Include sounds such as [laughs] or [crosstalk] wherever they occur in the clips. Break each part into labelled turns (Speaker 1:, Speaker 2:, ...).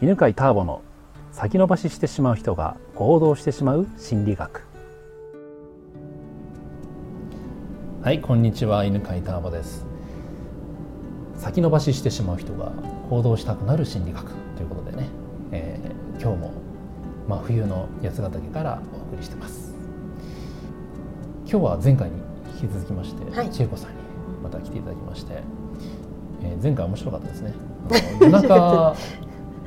Speaker 1: 犬飼ターボの先延ばししてしまう人が行動してしまう心理学はいこんにちは犬飼ターボです先延ばししてしまう人が行動したくなる心理学ということでね、えー今日も真冬の八ヶ岳からお送りしてます今日は前回に引き続きまして、
Speaker 2: はい
Speaker 1: 千恵子さんにまた来ていただきまして、えー前回面白かったですね
Speaker 2: [laughs]
Speaker 1: あの夜中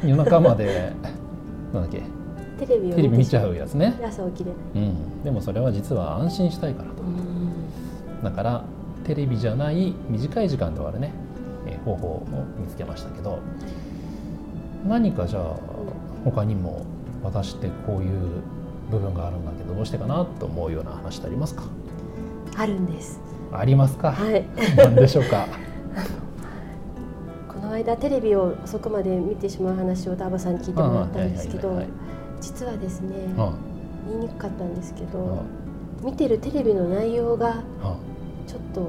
Speaker 1: 夜中まで [laughs] なんだっけ
Speaker 2: テレビを
Speaker 1: テレビ見
Speaker 2: てし
Speaker 1: ち
Speaker 2: ま
Speaker 1: ゃうやつね、
Speaker 2: 朝起きれない
Speaker 1: うん、でもそれは実は安心したいからとだからテレビじゃない短い時間で終わるね、えー方法を見つけましたけど何かじゃあ他にも私ってこういう部分があるんだけどどうしてかなと思うような話ってありますか
Speaker 2: あるんです
Speaker 1: ありますか、
Speaker 2: はい
Speaker 1: 何でしょう
Speaker 2: [laughs]
Speaker 1: か
Speaker 2: この間テレビを遅くまで見てしまう話をダーバさんに聞いてもらったんですけ
Speaker 1: うんうん
Speaker 2: ど
Speaker 1: はい
Speaker 2: 実はですね
Speaker 1: は
Speaker 2: 言いにくかったんですけ
Speaker 1: いはいはい
Speaker 2: ど見てるテレビの内容が
Speaker 1: あああ
Speaker 2: ちょっと、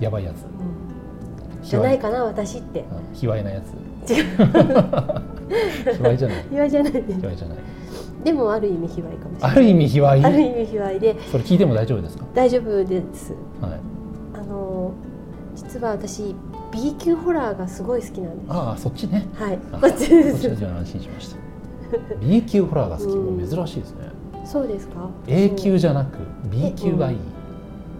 Speaker 1: やばいやつ
Speaker 2: うんじゃないかな私って
Speaker 1: うん卑猥なやつ
Speaker 2: 違
Speaker 1: [laughs]
Speaker 2: う
Speaker 1: 卑猥じゃない
Speaker 2: 卑猥じゃないです
Speaker 1: 卑猥じゃない
Speaker 2: でもある意味卑猥かもしれ
Speaker 1: あ
Speaker 2: ない
Speaker 1: る意味卑
Speaker 2: ある
Speaker 1: 猥
Speaker 2: 意味卑猥で
Speaker 1: それ聞いても大丈夫ですか
Speaker 2: 大丈夫です
Speaker 1: はい
Speaker 2: あの実は私 B 級ホラーがすごい好きなんです
Speaker 1: ああそっちね
Speaker 2: はい
Speaker 1: あ
Speaker 2: [laughs] こっちで
Speaker 1: そちら
Speaker 2: す
Speaker 1: じゃ安心しました B 級ホラーが好き、
Speaker 2: うん
Speaker 1: 珍しいですね
Speaker 2: そうですか
Speaker 1: A 級じゃなく B 級がいい、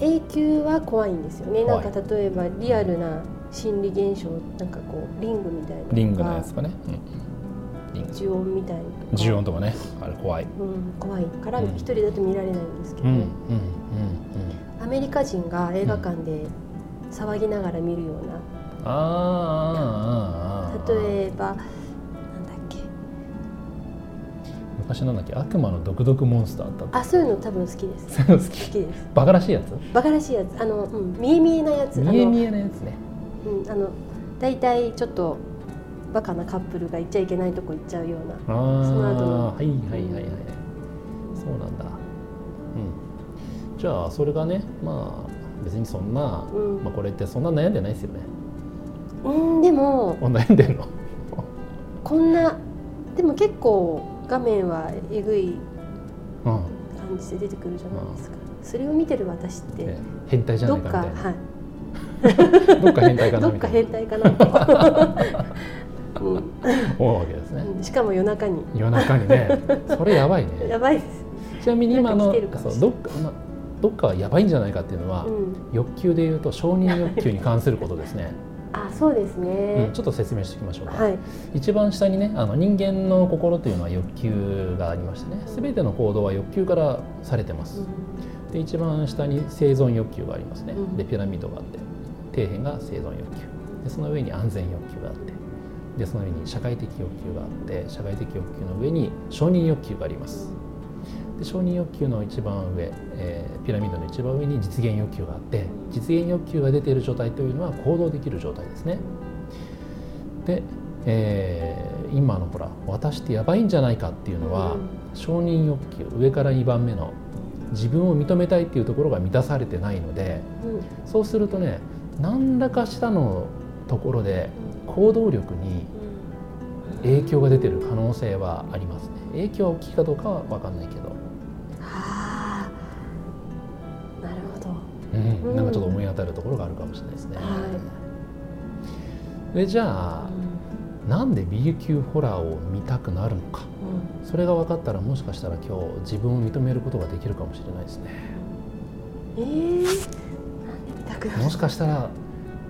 Speaker 2: A 級は怖いんですよねな
Speaker 1: 怖
Speaker 2: ん
Speaker 1: い
Speaker 2: か例えばリアルな心理現象なんかこうリングみたいなのとか
Speaker 1: リングのやつかね、うんうんリング
Speaker 2: 呪音みたいなのとか
Speaker 1: ジュオンとかねあれ怖い
Speaker 2: うん、怖いから
Speaker 1: うん
Speaker 2: 一人だと見られないんですけ
Speaker 1: う
Speaker 2: ど、
Speaker 1: んうんうん
Speaker 2: アメリカ人が映画館で騒ぎながら見るような
Speaker 1: うんあーあーあーあー
Speaker 2: 例えばなんだっけ
Speaker 1: 昔なんだっけ悪魔の毒毒モンスターあった
Speaker 2: あそういうの多分好きです
Speaker 1: そういうの好
Speaker 2: 好
Speaker 1: き
Speaker 2: きです
Speaker 1: [laughs] バカらしいやつ
Speaker 2: バカらしいやつあの、うん、見え見えなやつ
Speaker 1: 見え
Speaker 2: あの
Speaker 1: 見えのやつね
Speaker 2: うん、あの大体ちょっとバカなカップルが行っちゃいけないとこ行っちゃうような
Speaker 1: ああ
Speaker 2: の後の
Speaker 1: はいはいはいはいそうなんだうんじゃあそれがねまあ別にそんな、
Speaker 2: うん
Speaker 1: まあ、これってそんな悩んでないですよね
Speaker 2: うんでも
Speaker 1: お悩んでんの
Speaker 2: こんなでも結構画面はえぐい
Speaker 1: うん
Speaker 2: 感じで出てくるじゃないですか、それを見てる私って
Speaker 1: ね変態じゃ
Speaker 2: ど
Speaker 1: な
Speaker 2: っ
Speaker 1: いかみた
Speaker 2: か
Speaker 1: いな
Speaker 2: はい
Speaker 1: どっか変態かな
Speaker 2: どっ
Speaker 1: みた
Speaker 2: か
Speaker 1: い
Speaker 2: 変
Speaker 1: な
Speaker 2: 態かなと、うん
Speaker 1: 思うわけですね
Speaker 2: うんしかも夜中に
Speaker 1: 夜中にねそれやばいね
Speaker 2: やばいです、
Speaker 1: [laughs] ちなみに今
Speaker 2: なん
Speaker 1: の
Speaker 2: か来てるかも
Speaker 1: そう
Speaker 2: しれ
Speaker 1: どっか、まあ、どっかはやばいんじゃないかっていうのは、
Speaker 2: うん、
Speaker 1: 欲求でいうと承認欲求に関することですね、
Speaker 2: あそうです
Speaker 1: うん、
Speaker 2: ね、
Speaker 1: ちょっと説明しておきましょうか、
Speaker 2: はい
Speaker 1: 一番下にねあの人間の心というのは欲求がありましてね全ての行動は欲求からされてますで一番下に生存欲求がありますね
Speaker 2: うん
Speaker 1: でピラミッドがあって底辺が生存欲求でその上に安全欲求があってでその上に社会的欲求があって社会的欲求の上に承認欲求がありますで承認欲求の一番上、えーピラミッドの一番上に実現欲求があって実現欲求が出ている状態というのは行動できる状態ですねで、えー今のほら私ってやばいんじゃないかっていうのは、
Speaker 2: うん
Speaker 1: 承認欲求上から2番目の自分を認めたいっていうところが満たされてないので
Speaker 2: うんうん
Speaker 1: そうするとね何らかしたのところで行動力に影響が出てる可能性はありますね影響は大きいかどうかは分かんないけど、
Speaker 2: はあなるほど
Speaker 1: うん
Speaker 2: うん
Speaker 1: なんかちょっと思い当たるところがあるかもしれないですね。
Speaker 2: は
Speaker 1: でじゃあ
Speaker 2: う
Speaker 1: なんで B 級ホラーを見たくなるのか
Speaker 2: んうん
Speaker 1: それが分かったらもしかしたら今日自分を認めることができるかもしれないです
Speaker 2: [laughs]
Speaker 1: ね
Speaker 2: えー、なんで見たくなる
Speaker 1: もしかしたら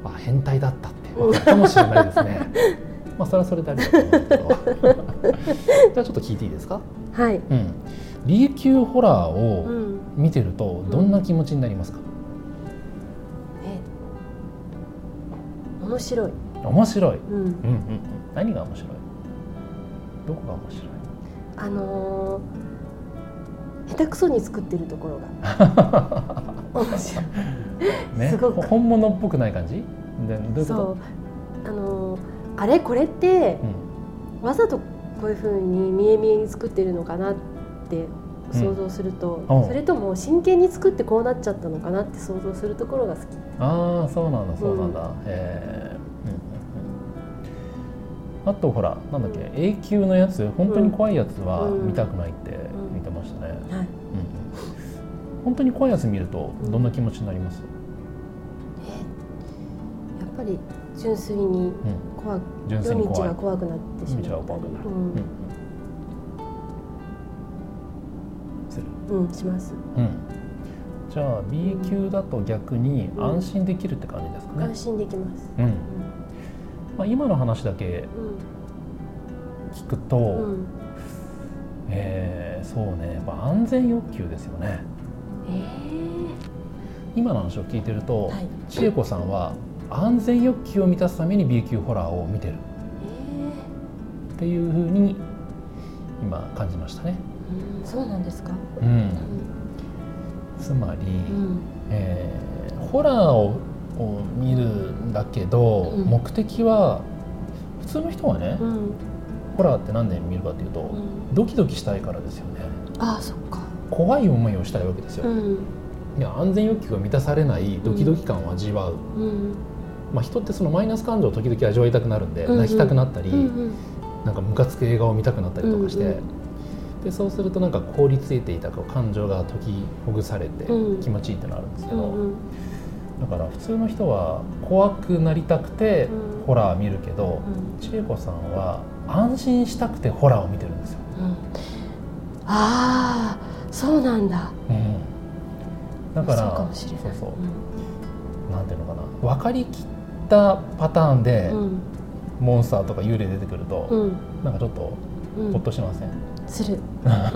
Speaker 1: あ変態だったって分かるかもしれないですね
Speaker 2: [laughs]
Speaker 1: まあそれはそれでありだと思うんですけどじゃあちょっと聞いていいですか
Speaker 2: はい、
Speaker 1: うん B 級ホラー
Speaker 2: う
Speaker 1: を
Speaker 2: ん、
Speaker 1: 見てるとどんな気持ちになりますか
Speaker 2: え面白い、
Speaker 1: 面白い、
Speaker 2: うん、
Speaker 1: うんうんうん、何が面白いどこが面白い
Speaker 2: あのー、下手くそに作ってるところ
Speaker 1: [laughs]
Speaker 2: が面白い
Speaker 1: ね、
Speaker 2: すごく
Speaker 1: 本物っぽくない感じでどういうこと
Speaker 2: そうあのー、あれこれって
Speaker 1: うん
Speaker 2: わざとこういう風に見え見えに作ってるのかなって想像すると、
Speaker 1: うんおう
Speaker 2: それとも真剣に作ってこうなっちゃったのかなって想像するところが好き
Speaker 1: ああそうなんだそうなんだ、へえ、うんうんうんあとほらなんだっけ永久のやつ本当に怖いやつは
Speaker 2: うん
Speaker 1: 見たくないって
Speaker 2: ん
Speaker 1: 見てましたね、
Speaker 2: はい
Speaker 1: うん、本当に怖いやつ見るとどんな気持ちになります、
Speaker 2: やっぱり純粋に
Speaker 1: うん、
Speaker 2: 怖く
Speaker 1: 純粋
Speaker 2: 夜
Speaker 1: に
Speaker 2: 道
Speaker 1: 怖い
Speaker 2: が怖くなってしまった
Speaker 1: 夜道が怖くなる
Speaker 2: うん
Speaker 1: する
Speaker 2: うん、します。
Speaker 1: うんじゃあ B 級だと逆に安心できるって感じですか
Speaker 2: 安
Speaker 1: ね、
Speaker 2: 心できます。
Speaker 1: うん
Speaker 2: うん
Speaker 1: まあ、今の話だけ聞くと、
Speaker 2: うん、うん、
Speaker 1: えーそうねやっぱ安全欲求ですよね
Speaker 2: え
Speaker 1: 今の話を聞いてる
Speaker 2: え
Speaker 1: と、
Speaker 2: はい。
Speaker 1: 千恵子さんは安全欲求を満たすために B 級ホラーを見てる
Speaker 2: え
Speaker 1: っていうふうに今感じましたね、
Speaker 2: えうん、そうなんですか。
Speaker 1: う、
Speaker 2: うんん、
Speaker 1: つまり、
Speaker 2: うん、
Speaker 1: えーホラーをを見るんだけど、
Speaker 2: うん
Speaker 1: 目的は普通の人はね、
Speaker 2: うん、
Speaker 1: ホラーって何で見るかっていうと、
Speaker 2: うん
Speaker 1: ドキドキしたいからですよね
Speaker 2: ああ、そっか。
Speaker 1: 怖い思いをしたいわけですよ、
Speaker 2: うん、
Speaker 1: いや安全欲求が満たされないドキドキ感を味わう、
Speaker 2: うん、
Speaker 1: まあ、人ってそのマイナス感情を時々味わいたくなるんで、
Speaker 2: うんうん
Speaker 1: 泣きたくなったり、
Speaker 2: うん、うん、
Speaker 1: なんかムカつく映画を見たくなったりとかして、
Speaker 2: うんう
Speaker 1: でそうするとなんか凍りついていたこう感情が解きほぐされて
Speaker 2: うん
Speaker 1: 気持ちいいってのあるんですけ
Speaker 2: う
Speaker 1: ど、
Speaker 2: ん、うん、
Speaker 1: だから普通の人は怖くなりたくて
Speaker 2: うん
Speaker 1: ホラー見るけど、千恵子さんは安心したくてホラーを見てるんですよ。
Speaker 2: うん。ああ、そうなんだ。
Speaker 1: うん、だか
Speaker 2: そうからもしれない。
Speaker 1: そうそうなんていうのかな分かりきったパターンで
Speaker 2: うん、
Speaker 1: モンスターとか幽霊出てくると、
Speaker 2: うん、
Speaker 1: なんかちょっと
Speaker 2: うん、う
Speaker 1: ほっ
Speaker 2: ん
Speaker 1: としません、
Speaker 2: する。
Speaker 1: あ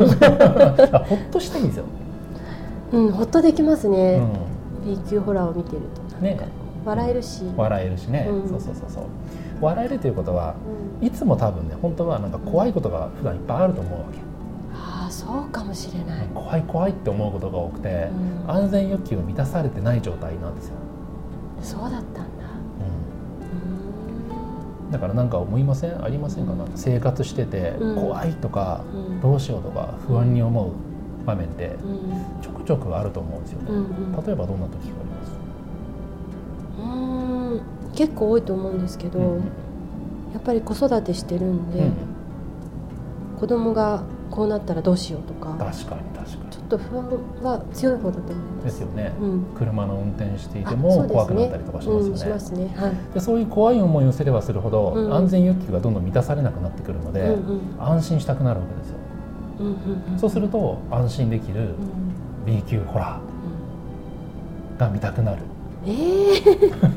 Speaker 1: ほっとしたいんですよ、
Speaker 2: うん、ほっとできます
Speaker 1: う
Speaker 2: ね。
Speaker 1: ん
Speaker 2: B 級ホラーを見てるとなんか
Speaker 1: ね
Speaker 2: 笑えるし。
Speaker 1: 笑えるしね、
Speaker 2: うん
Speaker 1: そうそうそうそう笑えるということは
Speaker 2: うん
Speaker 1: いつも多分ね本当はなんか怖いことが普段いっぱいあると思うわけ、
Speaker 2: ああ、そうかもしれない。
Speaker 1: 怖い怖いって思うことが多くて
Speaker 2: う、ん
Speaker 1: 安全欲求を満たされてない状態なんですよ、
Speaker 2: そうだったんだ。う
Speaker 1: だからなんか思いませんありませんかなんか生活してて
Speaker 2: うん
Speaker 1: 怖いとか
Speaker 2: ーん。
Speaker 1: どうしようとか不安に思う場面って
Speaker 2: うん。
Speaker 1: ちょくちょくあると思うんですよね、
Speaker 2: うん。うん。
Speaker 1: 例えばどんな時があります
Speaker 2: うん。結構多いと思うんですけど、
Speaker 1: うん
Speaker 2: やっぱり子育てしてるんで、
Speaker 1: うん
Speaker 2: 子供がこうなったらどうしようとか、
Speaker 1: 確かに確か
Speaker 2: ちょっと不安は強い方だと思い
Speaker 1: に
Speaker 2: ま。
Speaker 1: ですすよね、
Speaker 2: うん。
Speaker 1: 車の運転してい
Speaker 2: あ
Speaker 1: て
Speaker 2: そう
Speaker 1: も
Speaker 2: ですね
Speaker 1: 怖くなったりとかしますよ
Speaker 2: うん、
Speaker 1: ね
Speaker 2: しますね。はい。
Speaker 1: でそういう怖い思いをすればするほど、
Speaker 2: うん
Speaker 1: 安全欲求がどんどん満たされなくなってくるので、
Speaker 2: うんうん
Speaker 1: 安心したくなるわけですよ
Speaker 2: うんうんうん。
Speaker 1: そうすると安心できる
Speaker 2: うん。
Speaker 1: B 級ホラーが見たくなる
Speaker 2: うん。ええ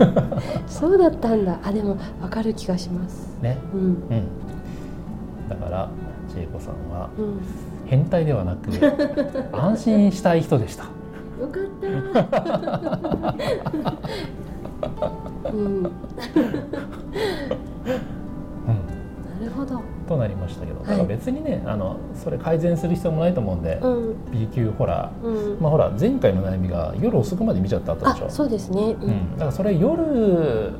Speaker 2: [laughs] そうだったんだ。あ、でも、わかる気がします。
Speaker 1: ね
Speaker 2: うん。
Speaker 1: うんだから千恵子さんは
Speaker 2: うん。
Speaker 1: 変態ではな
Speaker 2: [laughs]
Speaker 1: く安心したい人でした
Speaker 2: よかった。 [laughs] うん、な
Speaker 1: うん
Speaker 2: るほど。
Speaker 1: となりましたけど、
Speaker 2: い
Speaker 1: だから別にねあのそれ改善する必要もないと思うんで、
Speaker 2: うん、
Speaker 1: B 級ホラ
Speaker 2: うん
Speaker 1: ー、まあほら前回の悩みが夜遅くまで見ちゃった後でしょ
Speaker 2: あ、そうですね。う、
Speaker 1: うんん、だからそれ夜うん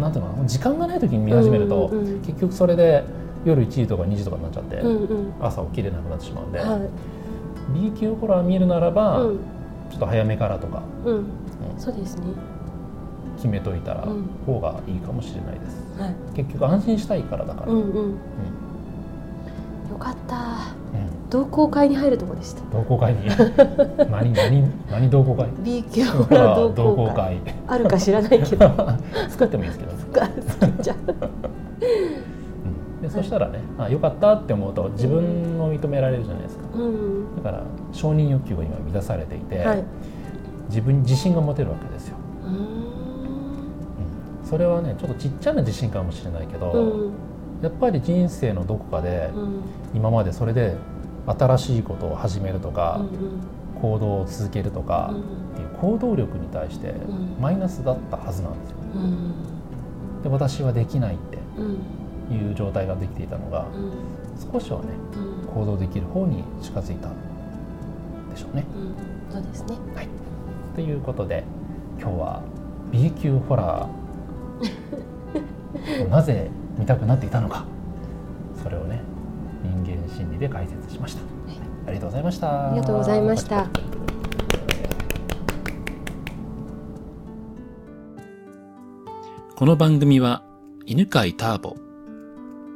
Speaker 1: なんていうのかな時間がない時に見始めると、
Speaker 2: うんうんうん
Speaker 1: 結局それで夜1時とか2時とかになっちゃって、
Speaker 2: うん、うん、
Speaker 1: 朝起きれなくなってしまうんで、
Speaker 2: は
Speaker 1: B 級ホラー見るなら
Speaker 2: い、
Speaker 1: ば、
Speaker 2: うん、
Speaker 1: ちょっと早めからとか
Speaker 2: うん
Speaker 1: う、ん
Speaker 2: そうですね。
Speaker 1: 決めといたら
Speaker 2: うん
Speaker 1: 方がいいかもしれないです、
Speaker 2: はい、
Speaker 1: 結局安心したいからだから、
Speaker 2: う
Speaker 1: うん
Speaker 2: ん、うん、よかった。
Speaker 1: うん
Speaker 2: 同好会に入るとこでした。
Speaker 1: 同好会
Speaker 2: [laughs]
Speaker 1: に何何何同好会
Speaker 2: B 級
Speaker 1: ホ
Speaker 2: ほら
Speaker 1: ラ
Speaker 2: [laughs] 同
Speaker 1: ー同
Speaker 2: 好
Speaker 1: 好
Speaker 2: 会
Speaker 1: 会 [laughs]
Speaker 2: あるか知らないけ [laughs] ど。
Speaker 1: 使ってもいいですけど、
Speaker 2: が作っちゃう。
Speaker 1: うん、でそしたらねあよかったって思うと自分を認められるじゃないですか
Speaker 2: うん、
Speaker 1: だから承認欲求が今満たされていて、
Speaker 2: はい。う
Speaker 1: 自分に自信が持てるわけですよ、
Speaker 2: ー
Speaker 1: う
Speaker 2: ん
Speaker 1: んそれはねちょっとちっちゃな自信かもしれないけど、
Speaker 2: うん、
Speaker 1: やっぱり人生のどこかで
Speaker 2: うん、
Speaker 1: 今までそれで新しいことを始めると
Speaker 2: う
Speaker 1: か、
Speaker 2: ん、
Speaker 1: 行動を続けるとか
Speaker 2: う
Speaker 1: っ
Speaker 2: ん、
Speaker 1: ていう行動力に対して
Speaker 2: ん
Speaker 1: マイナスだったはずなんですよ
Speaker 2: うん、
Speaker 1: で私はできないって
Speaker 2: うん、
Speaker 1: いう状態ができていたのが
Speaker 2: う
Speaker 1: 少
Speaker 2: ん、
Speaker 1: しはね
Speaker 2: うん。
Speaker 1: 行動できる方に近づいたでしょうね
Speaker 2: うんそうですね。
Speaker 1: はい、ということで今日は B 級ホラ
Speaker 2: [laughs]
Speaker 1: ーなぜ見たくなっていたのかそれをね人間心理で解説しました、ありがとうございました
Speaker 2: ありがとうございました。
Speaker 1: この番組は犬飼ターボ